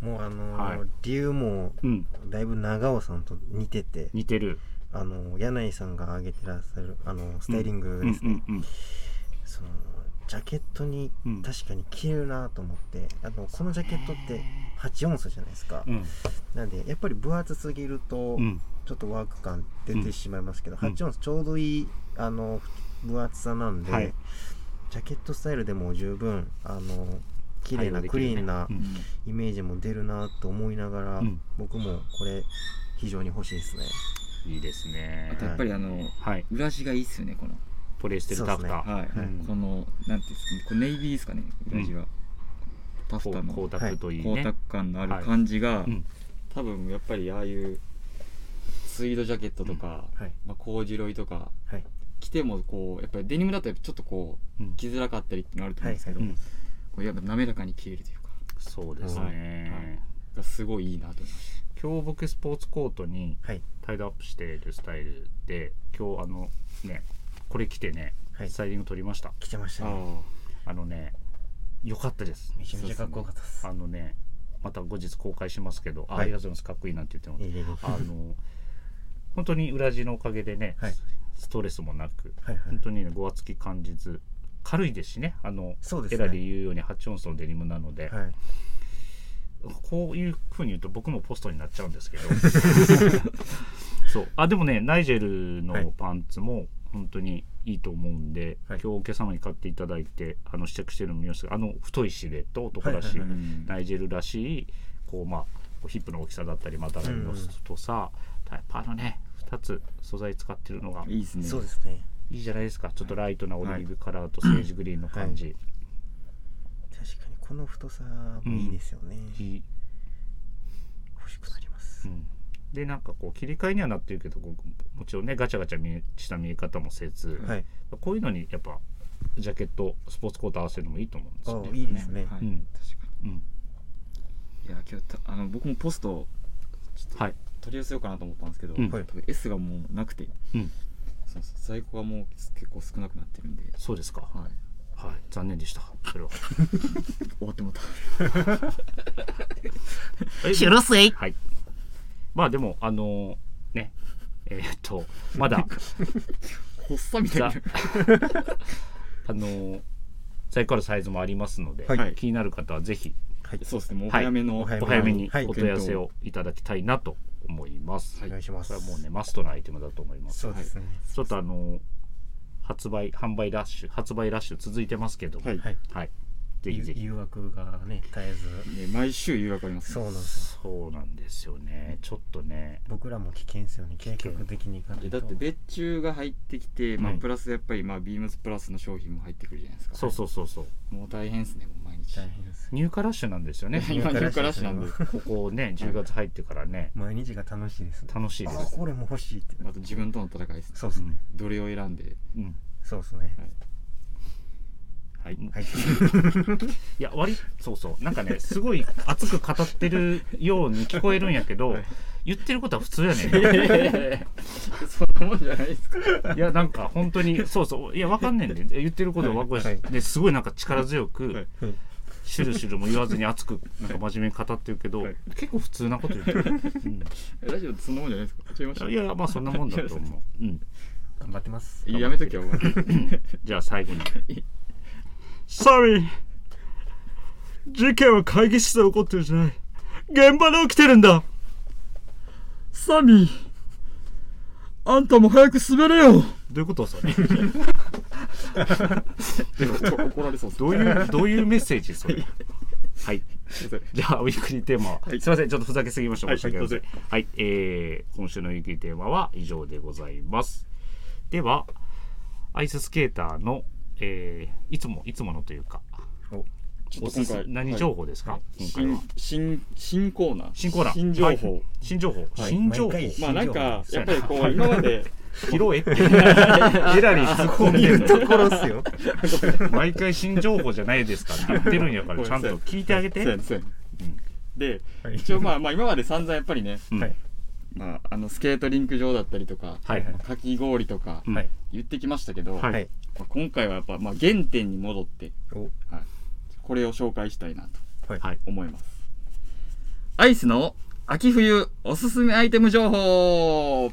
[SPEAKER 3] もうあのー
[SPEAKER 1] はい
[SPEAKER 3] 理由も
[SPEAKER 1] うん
[SPEAKER 3] だいぶ長尾さんと似てて
[SPEAKER 1] 似てる
[SPEAKER 3] あの柳井さんが挙げてらっしゃるあのスタイリングですね、
[SPEAKER 1] うんうん
[SPEAKER 3] そのジャケットに
[SPEAKER 1] うん
[SPEAKER 3] 確かに着れるなと思って、あのこのジャケットって8オンスじゃないですか、
[SPEAKER 1] うん
[SPEAKER 3] なんでやっぱり分厚すぎると
[SPEAKER 1] うん
[SPEAKER 3] ちょっとワーク感出てしまいますけど、
[SPEAKER 1] うん
[SPEAKER 3] 8オンスちょうどいいあの分厚さなんで、
[SPEAKER 1] はい
[SPEAKER 3] ジャケットスタイルでも十分あの綺麗
[SPEAKER 1] 対応
[SPEAKER 3] な、
[SPEAKER 1] でき
[SPEAKER 3] ク
[SPEAKER 1] るね
[SPEAKER 3] リーンな
[SPEAKER 1] うん
[SPEAKER 3] イメージも出るなと思いながら、
[SPEAKER 1] うん
[SPEAKER 3] 僕もこれ非常に欲しいですね
[SPEAKER 1] いいです
[SPEAKER 4] あ
[SPEAKER 1] ね
[SPEAKER 4] とやっぱりあの
[SPEAKER 1] はい
[SPEAKER 4] 裏地がいいっすよねこの
[SPEAKER 1] ポレステルタフタ
[SPEAKER 4] はい、
[SPEAKER 1] うん
[SPEAKER 4] このなんていうんですかねこれネイビーですかね裏地が、パス
[SPEAKER 1] こう
[SPEAKER 4] タの
[SPEAKER 1] 光沢といい
[SPEAKER 4] 光
[SPEAKER 1] ね
[SPEAKER 4] 沢感のある感じが、
[SPEAKER 1] うん
[SPEAKER 4] 多分やっぱりああいうツイードジャケットとか、
[SPEAKER 3] はい
[SPEAKER 4] まあ、コージュロイとか
[SPEAKER 3] はい
[SPEAKER 4] 着てもこうやっぱりデニムだとやっぱちょっとこ
[SPEAKER 1] うん
[SPEAKER 4] う着づらかったりってのあると思うんですけど、
[SPEAKER 1] はいはいうん
[SPEAKER 4] こうやっぱ滑らかに着れるというか
[SPEAKER 1] そうです
[SPEAKER 4] はいは
[SPEAKER 1] ね
[SPEAKER 4] いがすごいいいなと思いまし
[SPEAKER 1] 今日僕スポーツコートに
[SPEAKER 3] はい
[SPEAKER 1] タイドアップしているスタイルで今日あのねこれ着てね
[SPEAKER 3] はい
[SPEAKER 1] スタイリング撮りました
[SPEAKER 3] 来てました
[SPEAKER 4] た
[SPEAKER 3] ね
[SPEAKER 1] あのね良かったです
[SPEAKER 3] めちゃめちゃかっこよかったです
[SPEAKER 1] あのねまた後日公開しますけどあ
[SPEAKER 3] はい
[SPEAKER 1] ありがとうございますかっこいいなんて言ってもらって
[SPEAKER 3] いいね
[SPEAKER 1] あの本当に裏地のおかげでね、
[SPEAKER 3] はい
[SPEAKER 1] ストレスもなく
[SPEAKER 3] はいはい
[SPEAKER 1] 本当にねごわつき感じず軽いですしねあの
[SPEAKER 3] そうです
[SPEAKER 1] エ
[SPEAKER 3] ね
[SPEAKER 1] ラで言うように8オンスのデニムなので、
[SPEAKER 3] はい
[SPEAKER 1] こういうふうに言うと僕もポストになっちゃうんです けどそうあでもねナイジェル
[SPEAKER 3] はい
[SPEAKER 1] のパンツも本当にいいと思うんで、
[SPEAKER 3] はい
[SPEAKER 1] 今日お客様に買っていただいてあの試着してるの見ましたがあの太いシルエット男らしい、
[SPEAKER 3] はいはいは
[SPEAKER 1] ナイジェルらしいこうまあこうヒップの大きさだったり股上の太さ、やっぱあのね2つ素材使ってるのが
[SPEAKER 4] いいですね
[SPEAKER 3] そうですね
[SPEAKER 1] いいじゃないですかちょっとライトなオリーブカラーとセージグリーンの感じ、
[SPEAKER 3] 確かにこの太さもいいですよね、
[SPEAKER 1] いい
[SPEAKER 3] 欲しくなります、
[SPEAKER 1] うんでなんかこう切り替えにはなってるけどこうもちろんねガチャガチャ見えした見え方もせず、
[SPEAKER 3] はい
[SPEAKER 1] こういうのにやっぱジャケットスポーツコート合わせるのもいいと思うんですよ
[SPEAKER 3] あ
[SPEAKER 1] ね。
[SPEAKER 3] いいですね
[SPEAKER 4] はい
[SPEAKER 1] うん
[SPEAKER 4] 確か
[SPEAKER 1] うん
[SPEAKER 4] にいや今日たあの僕もポストちょっと
[SPEAKER 1] はい
[SPEAKER 4] 取り寄せようかなと思ったんですけど、
[SPEAKER 1] うん
[SPEAKER 4] 多分 S がもうなくて
[SPEAKER 1] うん、
[SPEAKER 4] そうそう在庫がもう結構少なくなってるんで、
[SPEAKER 1] そうですか、
[SPEAKER 4] はい、
[SPEAKER 1] はい、残念でしたそれは
[SPEAKER 4] 終わってもうた
[SPEAKER 1] シロスイはいまあでもあのーねえーっとまだ
[SPEAKER 4] 発作み
[SPEAKER 1] ザ
[SPEAKER 4] たいな
[SPEAKER 1] あのー在庫あるサイズもありますので、
[SPEAKER 3] はい
[SPEAKER 1] 気になる方はぜひ
[SPEAKER 4] そうですねもうお早めの、
[SPEAKER 3] はい
[SPEAKER 1] お早めに
[SPEAKER 3] はい
[SPEAKER 1] お問い合わせをいただきたいなと思います、
[SPEAKER 4] はい
[SPEAKER 3] お願いします
[SPEAKER 1] それはもうねマストなアイテムだと思います
[SPEAKER 3] そうですね
[SPEAKER 1] ちょっとあの発売販売ラッシュ発売ラッシュ続いてますけども
[SPEAKER 4] はい、
[SPEAKER 3] はい
[SPEAKER 1] はい、ぜひぜひ
[SPEAKER 3] 誘惑がね絶えず
[SPEAKER 4] ね毎週誘惑あります、
[SPEAKER 3] そう
[SPEAKER 4] ね、
[SPEAKER 3] なんですよ
[SPEAKER 1] そうなんですよねちょっとね
[SPEAKER 3] 僕らも危険ですよね計画的にいかない
[SPEAKER 4] え
[SPEAKER 3] と
[SPEAKER 4] だって別注が入ってきて、まあ
[SPEAKER 1] はい
[SPEAKER 4] プラスやっぱりまあビームスプラスの商品も入ってくるじゃないですか
[SPEAKER 1] そうそうそうそう
[SPEAKER 4] もう大変ですねもう毎日
[SPEAKER 3] 大変です
[SPEAKER 1] 入荷ラッシュなんですよね
[SPEAKER 4] 今入荷ラッシュなんで
[SPEAKER 1] ここね10月入ってからね
[SPEAKER 3] 毎日が楽しいですね
[SPEAKER 1] 楽しいで
[SPEAKER 3] あ
[SPEAKER 1] す
[SPEAKER 3] これも欲しいって
[SPEAKER 4] あと自分との戦いですね
[SPEAKER 3] そうですね、
[SPEAKER 4] どれを選んで
[SPEAKER 1] うん
[SPEAKER 3] そうですね
[SPEAKER 1] は
[SPEAKER 4] はい
[SPEAKER 1] い、い
[SPEAKER 3] はい
[SPEAKER 1] や割そうそうなんかねすごい熱く語ってるように聞こえるんやけど言ってることは普通やねん
[SPEAKER 4] いやいやいやいやそんなもんじゃないですか
[SPEAKER 1] いやなんか本当にそうそういやわかんねえんで言ってることはわかんない、
[SPEAKER 3] は
[SPEAKER 1] ですごいなんか力強く、
[SPEAKER 4] はい
[SPEAKER 1] シュルシュルも言わずに熱くなんか真面目に語ってるけど、
[SPEAKER 4] はい
[SPEAKER 1] 結構普通なこと言ってる、
[SPEAKER 4] ラジオってそんなもんじゃないですか違いました
[SPEAKER 1] うんいやいやまあそんなもんだと思う、うん、
[SPEAKER 3] 頑張ってます
[SPEAKER 4] やめときゃお前
[SPEAKER 1] じゃあ最後に Sorry
[SPEAKER 5] 事件は会議室で起こってるじゃない現場で起きてるんだサミーあんたも早く滑れよ
[SPEAKER 1] どういうことそれ
[SPEAKER 4] 怒られそうです
[SPEAKER 1] どういうどういうメッセージそれはい
[SPEAKER 4] すいません
[SPEAKER 1] じゃあウィークリーテーマは、
[SPEAKER 4] はい
[SPEAKER 1] すいませんちょっとふざけすぎました
[SPEAKER 4] はい
[SPEAKER 1] 申し訳ありませんはい、えー今週のウィークリーテーマは以上でございますではアイススケーターの、えーいつもいつものというか
[SPEAKER 4] ちょ
[SPEAKER 1] お
[SPEAKER 4] っと今
[SPEAKER 1] すす
[SPEAKER 4] 回
[SPEAKER 1] 何情報ですか、
[SPEAKER 4] はい
[SPEAKER 1] 今回は
[SPEAKER 4] 新新新コーナー
[SPEAKER 1] 新コーナー
[SPEAKER 4] 新情
[SPEAKER 1] はい
[SPEAKER 4] 報
[SPEAKER 1] 新情報、新情報
[SPEAKER 3] 毎回
[SPEAKER 4] まあなんか
[SPEAKER 1] そう
[SPEAKER 4] や
[SPEAKER 1] や
[SPEAKER 4] っぱ
[SPEAKER 1] な
[SPEAKER 4] りこう今まで
[SPEAKER 1] 拾えってエラリー突っ込んでんの
[SPEAKER 3] ところっすよ。
[SPEAKER 1] 毎回新情報じゃないですかって言ってるんやからちゃんと聞いてあげ
[SPEAKER 4] そうや
[SPEAKER 1] て
[SPEAKER 4] ねそうやね
[SPEAKER 1] うん
[SPEAKER 4] で
[SPEAKER 3] はい
[SPEAKER 4] 一応まあまあ今まで散々やっぱりね
[SPEAKER 1] うん
[SPEAKER 3] はい
[SPEAKER 4] まああのスケートリンク場だったりとか
[SPEAKER 1] はいはい
[SPEAKER 4] かき氷とか
[SPEAKER 1] うん
[SPEAKER 3] はい
[SPEAKER 4] 言ってきましたけど
[SPEAKER 1] は
[SPEAKER 4] ま
[SPEAKER 1] い
[SPEAKER 3] はい。
[SPEAKER 4] あ今回はやっぱまあ原点に戻って
[SPEAKER 3] お
[SPEAKER 4] はいこれを紹介したいなと
[SPEAKER 1] はい
[SPEAKER 4] 思いますアイスの秋冬おすすめアイテム情報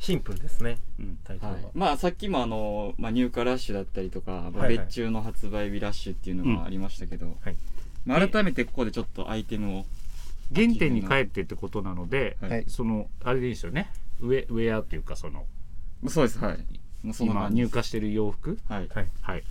[SPEAKER 3] シンプルですね。
[SPEAKER 1] うん
[SPEAKER 3] タイトルは。
[SPEAKER 4] はい、まあさっきもあの、まあ、入荷ラッシュだったりとか、まあ
[SPEAKER 3] はいはい
[SPEAKER 4] 別注の発売日ラッシュっていうのがありましたけど、
[SPEAKER 3] はい
[SPEAKER 4] まあ、改めてここでちょっとアイテムを
[SPEAKER 1] 原点に帰ってってことなので、
[SPEAKER 4] はい
[SPEAKER 3] はい
[SPEAKER 1] そのあれでいいですよねウェウェアっていうかその
[SPEAKER 4] そうですはいもうそんな
[SPEAKER 1] 今
[SPEAKER 4] 感じ
[SPEAKER 1] 入荷してる洋服
[SPEAKER 4] はい
[SPEAKER 1] はい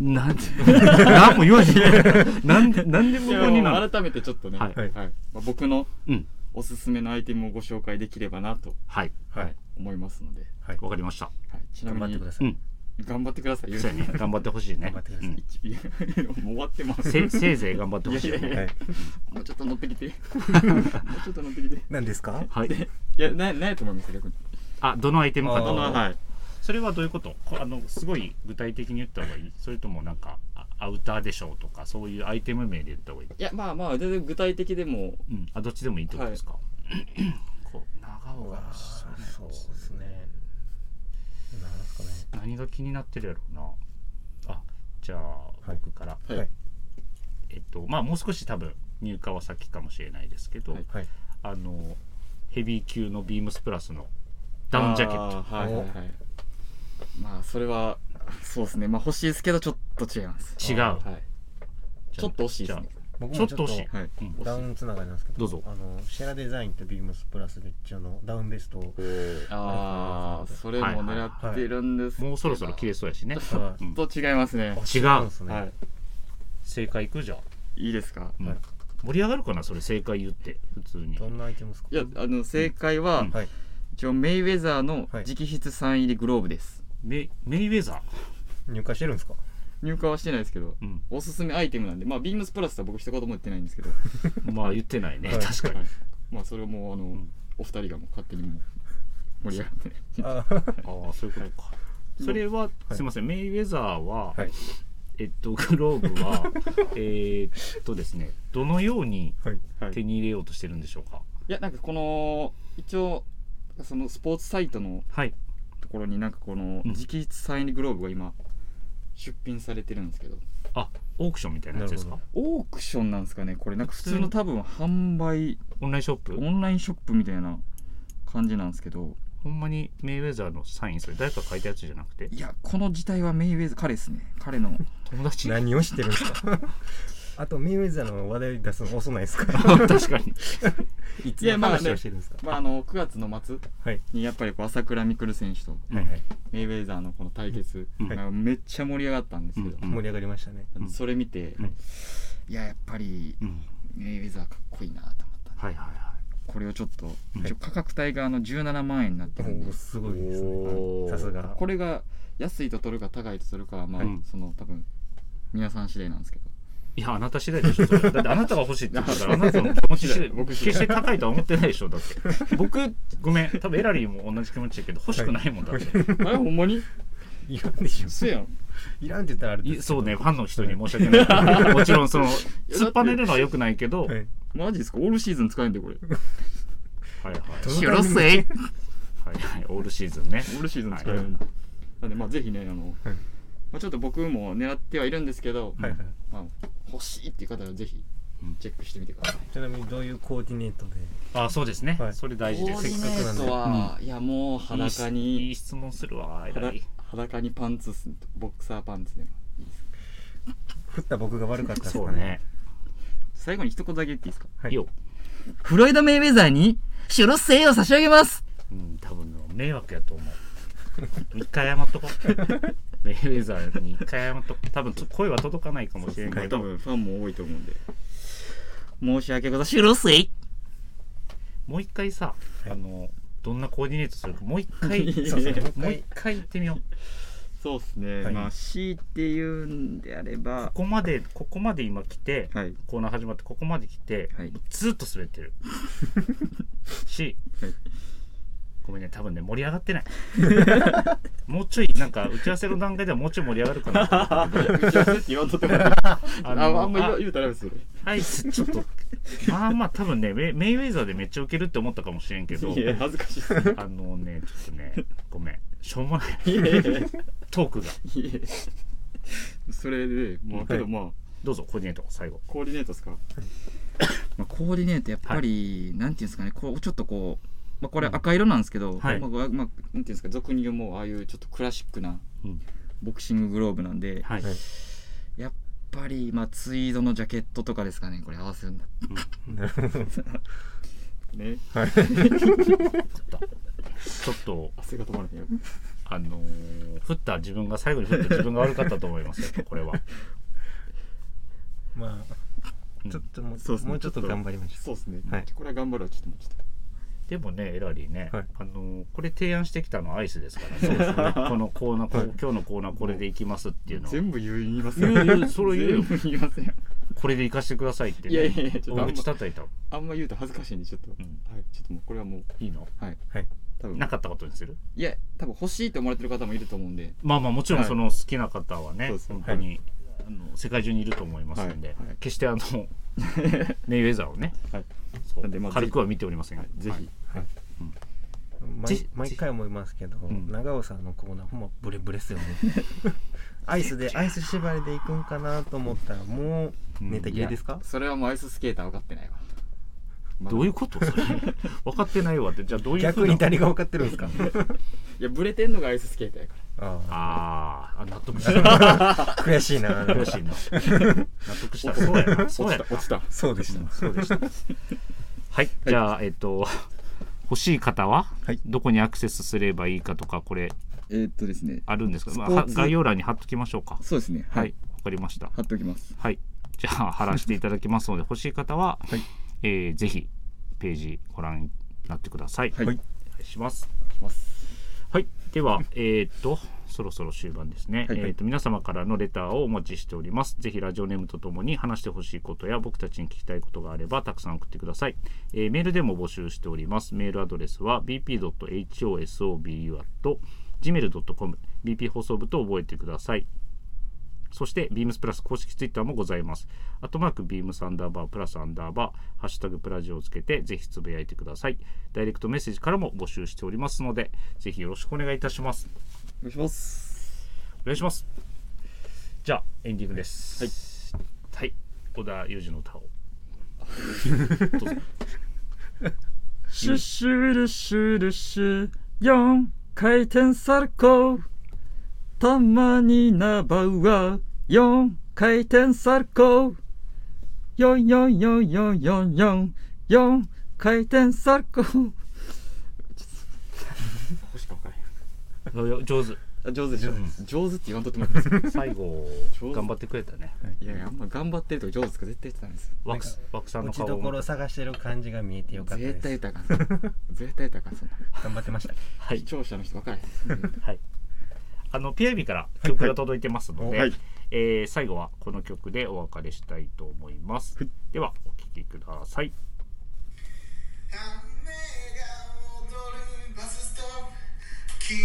[SPEAKER 1] なんで 何も言わへん なんでなんで無
[SPEAKER 4] いや
[SPEAKER 1] 言にな
[SPEAKER 4] もう
[SPEAKER 1] る
[SPEAKER 4] 改めてちょっとね、
[SPEAKER 1] は
[SPEAKER 4] はいい
[SPEAKER 1] はい
[SPEAKER 4] まあ、僕の
[SPEAKER 1] うん
[SPEAKER 4] おすすめのアイテムをご紹介できればなと、
[SPEAKER 1] はい
[SPEAKER 3] はい。
[SPEAKER 4] 思いますので、
[SPEAKER 1] わかりました
[SPEAKER 4] はい、ちな
[SPEAKER 3] 頑張って
[SPEAKER 4] みに
[SPEAKER 3] くださ
[SPEAKER 1] う
[SPEAKER 3] い。
[SPEAKER 1] ん
[SPEAKER 4] 頑張ってください言う
[SPEAKER 1] そうやね頑張ってほしいね
[SPEAKER 3] 頑張ってください
[SPEAKER 1] う ん
[SPEAKER 4] いやもう終わってます
[SPEAKER 1] せせいぜい頑張ってほしいよ
[SPEAKER 4] いやいやい
[SPEAKER 1] ね
[SPEAKER 4] や
[SPEAKER 3] はい。
[SPEAKER 4] もうちょっと乗ってきてもうちょっと乗ってきてい
[SPEAKER 3] 何ですか
[SPEAKER 1] はい
[SPEAKER 4] やななんやと思います逆に
[SPEAKER 1] あどのアイテムか
[SPEAKER 3] あ
[SPEAKER 4] あ
[SPEAKER 1] と
[SPEAKER 4] の
[SPEAKER 3] ー
[SPEAKER 4] はい
[SPEAKER 1] それはどういうことこあのすごい具体的に言った方がいいそれともなんかあアウターでしょうとかそういうアイテム名で言った方がいい、
[SPEAKER 4] いやまあまあ全然具体的でも
[SPEAKER 1] うん、あどっちでもいいってことですか、こう長尾が
[SPEAKER 3] そうですね。なんですかね。
[SPEAKER 1] 何が気になってるやろうなあじゃあ
[SPEAKER 3] はい
[SPEAKER 1] 僕から、
[SPEAKER 4] はい、
[SPEAKER 3] はい
[SPEAKER 1] えっとまあもう少し多分入荷は先かもしれないですけど、
[SPEAKER 4] はい
[SPEAKER 3] はい。
[SPEAKER 1] あのヘビー級のビームスプラスのダウンジャケット
[SPEAKER 4] トはいはいはいまあそれはそうですねまあ欲しいですけどちょっと違います
[SPEAKER 1] 違う、
[SPEAKER 3] あ
[SPEAKER 4] はい
[SPEAKER 1] じゃあ
[SPEAKER 4] ちょっと惜しいですね
[SPEAKER 3] 僕
[SPEAKER 1] じゃあちょっと惜しい、
[SPEAKER 4] はい
[SPEAKER 1] うん
[SPEAKER 3] ダウンつながりなんですけど、
[SPEAKER 1] どうぞ
[SPEAKER 3] あのシェラデザインとビームスプラス別注のダウンベストを、
[SPEAKER 4] ああそれも狙ってるんですけど
[SPEAKER 1] もうそろそろ切れそうやしね、
[SPEAKER 3] は
[SPEAKER 1] うん
[SPEAKER 4] ちょっと違います
[SPEAKER 3] い
[SPEAKER 4] ね
[SPEAKER 1] 違う
[SPEAKER 3] なんですね
[SPEAKER 4] は
[SPEAKER 1] 正解いくじゃあ
[SPEAKER 4] いいいですか
[SPEAKER 1] うん
[SPEAKER 3] はい
[SPEAKER 1] 盛り上がるかなそれ正解言って普通に
[SPEAKER 3] どんなアイテムですか
[SPEAKER 4] いやあの正解は
[SPEAKER 1] うん
[SPEAKER 3] はい
[SPEAKER 4] 一応メイウェザーの
[SPEAKER 3] はい
[SPEAKER 4] 直筆サイン入りグローブです
[SPEAKER 1] メメイウェザー、
[SPEAKER 3] 入荷してるんですか
[SPEAKER 4] 入荷はしてないですけど
[SPEAKER 1] うん、
[SPEAKER 4] おすすめアイテムなんでまあビームスプラスとは僕一言も言ってないんですけど
[SPEAKER 1] まあ言ってないね、
[SPEAKER 3] はい
[SPEAKER 1] 確かに、
[SPEAKER 4] はい まあそれをもうあの
[SPEAKER 1] ん
[SPEAKER 4] お二人がもう勝手にもう盛り上がって
[SPEAKER 3] あ
[SPEAKER 1] ああそういうことか、それは、すいませんメイウェザーは、
[SPEAKER 3] はい
[SPEAKER 1] えっとグローブ はえーっとですねどのように
[SPEAKER 3] はい
[SPEAKER 4] はい
[SPEAKER 1] 手に入れようとしてるんでしょうか
[SPEAKER 4] いやなんかこの一応そのスポーツサイトの
[SPEAKER 1] はい
[SPEAKER 4] ところになんかこの
[SPEAKER 1] うん
[SPEAKER 4] 直筆サイン入りグローブが今出品されてるんですけど
[SPEAKER 1] あオークションみたいなやつです
[SPEAKER 3] な
[SPEAKER 1] か
[SPEAKER 3] る
[SPEAKER 4] オークションなんですかねこれなんか普通
[SPEAKER 1] 普
[SPEAKER 4] の
[SPEAKER 1] 通
[SPEAKER 4] 多分販売
[SPEAKER 1] オンラインショップ
[SPEAKER 4] オンラインショップみたいな感じなんですけど
[SPEAKER 1] ほんまにメイウェザーのサインそれ誰か書いたやつじゃなくて
[SPEAKER 4] いやこの自体はメイウェザー彼ですね彼の
[SPEAKER 1] 友達 確
[SPEAKER 3] 何をしてるんですか あとミューザーの話題出すの遅ないですか
[SPEAKER 1] かに
[SPEAKER 3] いつ
[SPEAKER 4] いや
[SPEAKER 3] の
[SPEAKER 4] まあね
[SPEAKER 3] 話をしてるんですか
[SPEAKER 4] まああの9月の末
[SPEAKER 3] はい
[SPEAKER 4] にやっぱりこう朝倉未来選手と
[SPEAKER 1] あ
[SPEAKER 3] はいはい
[SPEAKER 4] メイウェザーのこの対決、
[SPEAKER 1] うん
[SPEAKER 4] なんかめっちゃ盛り上がったんですけど、
[SPEAKER 1] うん
[SPEAKER 3] 盛り上がりましたね
[SPEAKER 1] うん
[SPEAKER 4] それ見て、
[SPEAKER 1] うん
[SPEAKER 4] いややっぱり
[SPEAKER 1] うん
[SPEAKER 4] メイウェザーかっこいいなと思ったんで
[SPEAKER 1] はいはいは
[SPEAKER 4] これをちょっと、
[SPEAKER 1] うん
[SPEAKER 4] 一応価格帯があの17万円になって
[SPEAKER 3] お
[SPEAKER 4] るんで
[SPEAKER 3] ーすごいです
[SPEAKER 1] お
[SPEAKER 3] ね
[SPEAKER 1] ー
[SPEAKER 3] さすが
[SPEAKER 4] これが安いと取るか高いと取るかはまあ、
[SPEAKER 1] はい
[SPEAKER 4] その多分皆さん次第なんですけど
[SPEAKER 1] いいやあなた次第で しょそれだってあなたが欲しいって言った からあなたの気持ち次第僕決して高いとは思ってないでしょだって 僕ごめん多分エラリーも同じ気持ちだけど欲しくないもんだって、
[SPEAKER 4] あれほんまに
[SPEAKER 3] いらんでしょ
[SPEAKER 4] そうやん
[SPEAKER 3] いらんって言ったらあれです
[SPEAKER 1] い
[SPEAKER 3] けど
[SPEAKER 1] そう ねファンの人に申し訳ない もちろんその突っぱねるのは良くないけど、
[SPEAKER 3] は
[SPEAKER 1] はい
[SPEAKER 3] い
[SPEAKER 4] マジですかオールシーズン使えんでこれ
[SPEAKER 1] はいはい
[SPEAKER 3] ど
[SPEAKER 4] よろせいオ
[SPEAKER 1] はいオールシーズンね
[SPEAKER 4] ールシーズン使え
[SPEAKER 1] は
[SPEAKER 4] る
[SPEAKER 1] い
[SPEAKER 4] んで、なんでまあぜひねあの、
[SPEAKER 3] はい
[SPEAKER 4] まあ、ちょっと僕も狙ってはいるんですけど、
[SPEAKER 3] はいはい
[SPEAKER 4] まあ、欲しいっていう方はぜひ
[SPEAKER 1] うん
[SPEAKER 4] チェックしてみてください、
[SPEAKER 3] ちなみにどういうコーディネートで
[SPEAKER 1] あそうですね、
[SPEAKER 3] はい
[SPEAKER 1] それ大事です
[SPEAKER 4] コーディネートは、いやもう
[SPEAKER 1] いいし
[SPEAKER 4] 裸
[SPEAKER 1] い
[SPEAKER 4] に
[SPEAKER 1] い質問するわエラ
[SPEAKER 4] 裸
[SPEAKER 1] リー
[SPEAKER 4] 裸にパンツっすボクサーパンツでもいいです
[SPEAKER 6] 振った僕が悪かったです
[SPEAKER 1] そ
[SPEAKER 6] か
[SPEAKER 1] う
[SPEAKER 6] ね
[SPEAKER 1] ね。
[SPEAKER 4] 最後に一言だけ言っていいですか
[SPEAKER 1] いいよ。
[SPEAKER 4] フロイド・メイウェザーにシュロッセイを差し上げます
[SPEAKER 1] うん、多分の迷惑やと思う。一回謝っとこ う。メイウェザーに一回謝っとこう。多分ちょ声は届かないかもしれんけ
[SPEAKER 4] 多
[SPEAKER 1] ど、
[SPEAKER 4] 分ファンも多いと思うんで申し訳ございませんシュロッセイ
[SPEAKER 1] もう一回さ、あの、どんなコーディネートするか、もう一回、
[SPEAKER 4] そうそう
[SPEAKER 1] もう一回行ってみよう。
[SPEAKER 4] そうですね、
[SPEAKER 1] はい
[SPEAKER 4] まあ C っていうんであれば
[SPEAKER 1] ここまで、ここまで今来て、
[SPEAKER 4] はい
[SPEAKER 1] コーナー始まってここまで来て、
[SPEAKER 4] はい
[SPEAKER 1] ずっと滑って るし、
[SPEAKER 4] はい
[SPEAKER 1] ごめんね多分ね盛り上がってない もうちょいなんか打ち合わせの段階ではもうちょい盛り上がるかなと思 ったけど
[SPEAKER 4] 言わんとってもら
[SPEAKER 1] あの
[SPEAKER 4] 言うたらですよ
[SPEAKER 1] あアイスちょっとまあまあ多分ねメイメイウェザーでめっちゃウケるって思ったかもしれんけど
[SPEAKER 4] 恥ずかしいっすね
[SPEAKER 1] あのねちょっとねごめんしょうもない
[SPEAKER 4] いやいやい
[SPEAKER 1] トークが
[SPEAKER 4] や それでまあけどまあ、
[SPEAKER 1] どうぞコーディネート最後
[SPEAKER 4] コーディネートですか、まあ、コーディネートやっぱり、なんていうんですかねこうちょっとこう、まあ、これ赤色なんですけど、
[SPEAKER 1] はい
[SPEAKER 4] まあ、まあなんていうんですか俗に言うもうああいうちょっとクラシックな
[SPEAKER 1] うん
[SPEAKER 4] ボクシンググローブなんで、
[SPEAKER 1] はい、
[SPEAKER 3] はい
[SPEAKER 4] やっぱり、まあ、ツイードのジャケットとかですかねこれ合わせるんだ
[SPEAKER 3] なるほど。
[SPEAKER 4] ね
[SPEAKER 1] ちょっと
[SPEAKER 4] 汗が止まらへんよ
[SPEAKER 1] あのー振った自分が最後に振った自分が悪かったと思いますやっ ぱこれは
[SPEAKER 3] ま
[SPEAKER 1] う
[SPEAKER 3] あ、
[SPEAKER 1] ん
[SPEAKER 3] ちょっともう,、
[SPEAKER 4] そうっすね
[SPEAKER 3] もうちょっと
[SPEAKER 4] ちょっと
[SPEAKER 3] 頑張りまし
[SPEAKER 4] そうですね、
[SPEAKER 3] はい
[SPEAKER 4] これは頑張るわちょっともうちょっ
[SPEAKER 1] でもねエラリーね、
[SPEAKER 3] はい
[SPEAKER 1] あのーこれ提案してきたのはアイスですからそうですねこのコーナー、こう今日のコーナーこれでいきますっていう
[SPEAKER 4] と
[SPEAKER 1] のを
[SPEAKER 4] 全部言います
[SPEAKER 1] 言う 言うそれ言うよ
[SPEAKER 4] 全部 言いますよ
[SPEAKER 1] これで行かしてくださいって、ね、
[SPEAKER 4] いやいやいやちょっとあんま
[SPEAKER 1] 大口叩いた
[SPEAKER 4] あんま言うと恥ずかしいんでちょっと、
[SPEAKER 1] ん
[SPEAKER 4] はいちょっともうこれはもう
[SPEAKER 1] いいの
[SPEAKER 4] はい
[SPEAKER 3] はい
[SPEAKER 4] 多分
[SPEAKER 1] なかったことにする
[SPEAKER 4] いや多分欲しいって思われてる方もいると思うんで
[SPEAKER 1] まあまあもちろんその好きな方はね、
[SPEAKER 4] そうですね
[SPEAKER 1] 本当に、あの世界中にいると思いますんで、
[SPEAKER 4] はいはい
[SPEAKER 1] 決 してあのメイウェザーをね
[SPEAKER 4] はい
[SPEAKER 1] そう
[SPEAKER 4] なんでまあ
[SPEAKER 1] 軽くは見ておりませんが、
[SPEAKER 4] ぜひ、
[SPEAKER 3] た。毎
[SPEAKER 1] じ
[SPEAKER 3] 毎回思いますけど、
[SPEAKER 1] ん
[SPEAKER 3] 長尾さんのコーナーほんまブレブレっすよね。アイスで、アイス縛りでいくんかなと思ったら、もうネタ切れですか、
[SPEAKER 4] それはもうアイススケーター分かってないわ、まだ
[SPEAKER 1] どういうこと それ分かってないわってじゃあどういうふう
[SPEAKER 3] 逆
[SPEAKER 1] な
[SPEAKER 3] に誰が分かってるんですか
[SPEAKER 4] いやブレてんのがアイススケーターやか
[SPEAKER 3] あ
[SPEAKER 1] あーあ納得 した
[SPEAKER 3] あ、悔しいな。
[SPEAKER 1] 悔しいな 納得したそうやな
[SPEAKER 4] ら
[SPEAKER 1] そうやな
[SPEAKER 4] 落ちた落ち
[SPEAKER 3] そうでした。
[SPEAKER 1] そうでした。はい、じゃあ、えっと、欲しい方は、
[SPEAKER 3] はい
[SPEAKER 1] どこにアクセスすればいいかとか、これ、
[SPEAKER 4] たえーっとですね
[SPEAKER 1] あるんですか、まあ、
[SPEAKER 4] スポー
[SPEAKER 1] は
[SPEAKER 4] ツ
[SPEAKER 1] 概要欄に貼っときましょうか。
[SPEAKER 4] そうですね
[SPEAKER 1] は
[SPEAKER 4] はい、
[SPEAKER 1] い、わかりました。
[SPEAKER 4] 貼っておきます
[SPEAKER 1] はい、じゃあ、貼らせていただきますので、欲しい方は、えーぜひ、ページご覧になってください。
[SPEAKER 4] は
[SPEAKER 1] お
[SPEAKER 4] い
[SPEAKER 1] 願いします。
[SPEAKER 4] します
[SPEAKER 1] はい、では、えーっと、そろそろ終盤ですね。
[SPEAKER 4] はい
[SPEAKER 1] えーっと、皆様からのレターをお待ちしております。ぜひラジオネームとともに話してほしいことや僕たちに聞きたいことがあればたくさん送ってください。えーメールでも募集しております。メールアドレスは bp.hosobu.gmail.com bp 放送部と覚えてください。そして、ビームスプラス公式ツイッターもございます。アットマーク、ビームスアンダーバー、プラスアンダーバー、ハッシュタグプラジオをつけて、ぜひつぶやいてください。ダイレクトメッセージからも募集しておりますので、ぜひよろしくお願いいたします。
[SPEAKER 4] お願いします
[SPEAKER 1] お願いします。じゃあ、エンディングです。はい。はい。小田裕二の歌を。 どうぞ
[SPEAKER 7] シュシュルシュルシュ4回転サルコーたまにナバウは4回転サルコー4444444回転サルコー
[SPEAKER 4] ここしか分からへ
[SPEAKER 1] いやいや上手。
[SPEAKER 4] んあ上手でしょ上手って言わんとってもらっていいですか
[SPEAKER 1] 最後
[SPEAKER 4] 上、手
[SPEAKER 1] 頑張ってくれたね。
[SPEAKER 4] いやいやあんま頑張ってるとか上手ですか絶対言ってたんですよ
[SPEAKER 1] ワクス、ワクさん
[SPEAKER 3] 打
[SPEAKER 1] の
[SPEAKER 3] ち
[SPEAKER 1] 顔
[SPEAKER 3] どこ
[SPEAKER 1] を
[SPEAKER 3] ろ。探してる感じが見えてよかった
[SPEAKER 4] 絶
[SPEAKER 3] で
[SPEAKER 4] 対
[SPEAKER 3] す。
[SPEAKER 4] 豊かんぞ 絶対豊かんそんな
[SPEAKER 3] 頑張ってました。
[SPEAKER 1] はい
[SPEAKER 4] 視。聴者の人分からへん
[SPEAKER 1] はい。あの、PIB から曲が届いてますので、
[SPEAKER 4] はい
[SPEAKER 1] えー最後はこの曲でお別れしたいと思います。では、お聴きください。
[SPEAKER 8] 雨が戻るバスストップ君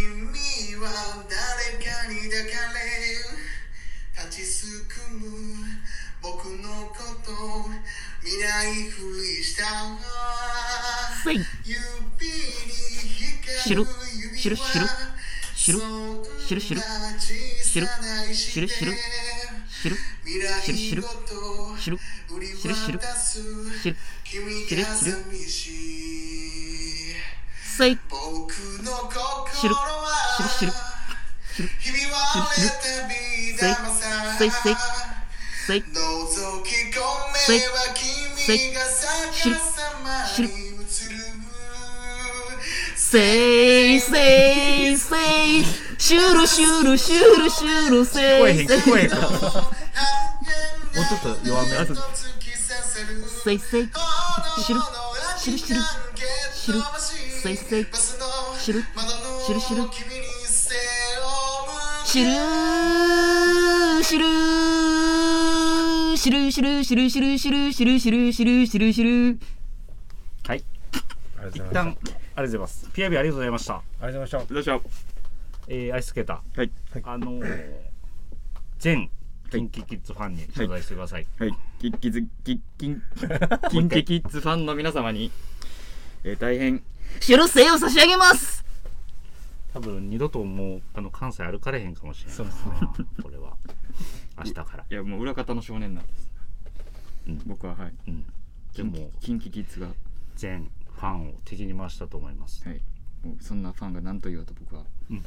[SPEAKER 8] は誰かに抱かれ立ちすくむ僕のこと見ないふりした
[SPEAKER 1] せい
[SPEAKER 8] 指に光る
[SPEAKER 7] 知る知る
[SPEAKER 8] 指
[SPEAKER 7] 知る
[SPEAKER 8] は
[SPEAKER 7] 知る知
[SPEAKER 8] そんな小さな石で
[SPEAKER 7] る知る知る知る知る
[SPEAKER 8] 未来
[SPEAKER 7] 知る知る
[SPEAKER 8] ごと
[SPEAKER 7] 知る
[SPEAKER 8] 売り
[SPEAKER 7] 知る知る
[SPEAKER 8] 渡す
[SPEAKER 7] 知る
[SPEAKER 8] 君
[SPEAKER 7] 知る
[SPEAKER 8] が
[SPEAKER 7] 知る
[SPEAKER 8] 寂しい
[SPEAKER 7] せい
[SPEAKER 8] 僕の心は
[SPEAKER 7] 知る知る知る
[SPEAKER 8] ひび割れたビー玉さ
[SPEAKER 7] せいせいせいせ
[SPEAKER 8] 覗き込
[SPEAKER 7] い
[SPEAKER 8] めば君が逆さまに映る
[SPEAKER 7] せいせいせいシュルシュルシュルシュルせいせい
[SPEAKER 1] 声が
[SPEAKER 8] もうちょっと弱め
[SPEAKER 1] あと
[SPEAKER 7] せいせい
[SPEAKER 8] 知る知る知る知る
[SPEAKER 7] せいせい
[SPEAKER 8] 知る知る知る
[SPEAKER 7] シュルーシュルーシュルーシュルーシュルーシュルーシュルーシュルーシュルーシュルーシュルーシュルー
[SPEAKER 1] はい
[SPEAKER 3] ありがと
[SPEAKER 1] 一
[SPEAKER 3] うございま
[SPEAKER 1] 旦ありがとうございますピアビありがとうございました
[SPEAKER 3] した。ありがとうございまし
[SPEAKER 7] どうしよう
[SPEAKER 1] えー、アイススケーター、
[SPEAKER 7] はい
[SPEAKER 1] あのー、全 KinKiKids ファンに謝罪してください、
[SPEAKER 7] はい、キッキズ、キッ キン、キンキキッズファンの皆様に、えー、大変、シュルセイを差し上げます
[SPEAKER 1] 多分二度ともうあの関西歩かれへんかもしれない
[SPEAKER 2] そうですね
[SPEAKER 1] うんこれは明日から
[SPEAKER 7] いや、もう裏方の少年なんです。
[SPEAKER 1] うん
[SPEAKER 7] 僕は、はい。
[SPEAKER 1] うんで
[SPEAKER 7] キンキ
[SPEAKER 1] も
[SPEAKER 7] キンキキッズが、は
[SPEAKER 1] 全ファンを敵に回したと思います
[SPEAKER 7] い。もうそんなファンが何と言おうと僕は、
[SPEAKER 1] うん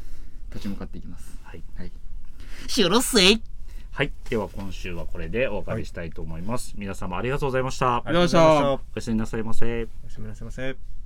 [SPEAKER 7] 立ち向かっていきます。
[SPEAKER 1] はい
[SPEAKER 7] はい。シュルセイ
[SPEAKER 1] はいでは今週はこれでお別れしたいと思います、皆様ありがとうございました
[SPEAKER 3] た。
[SPEAKER 7] どうしよう
[SPEAKER 3] ありがとございま
[SPEAKER 1] おやすみなさいませ
[SPEAKER 3] した。おやすみなさいませ。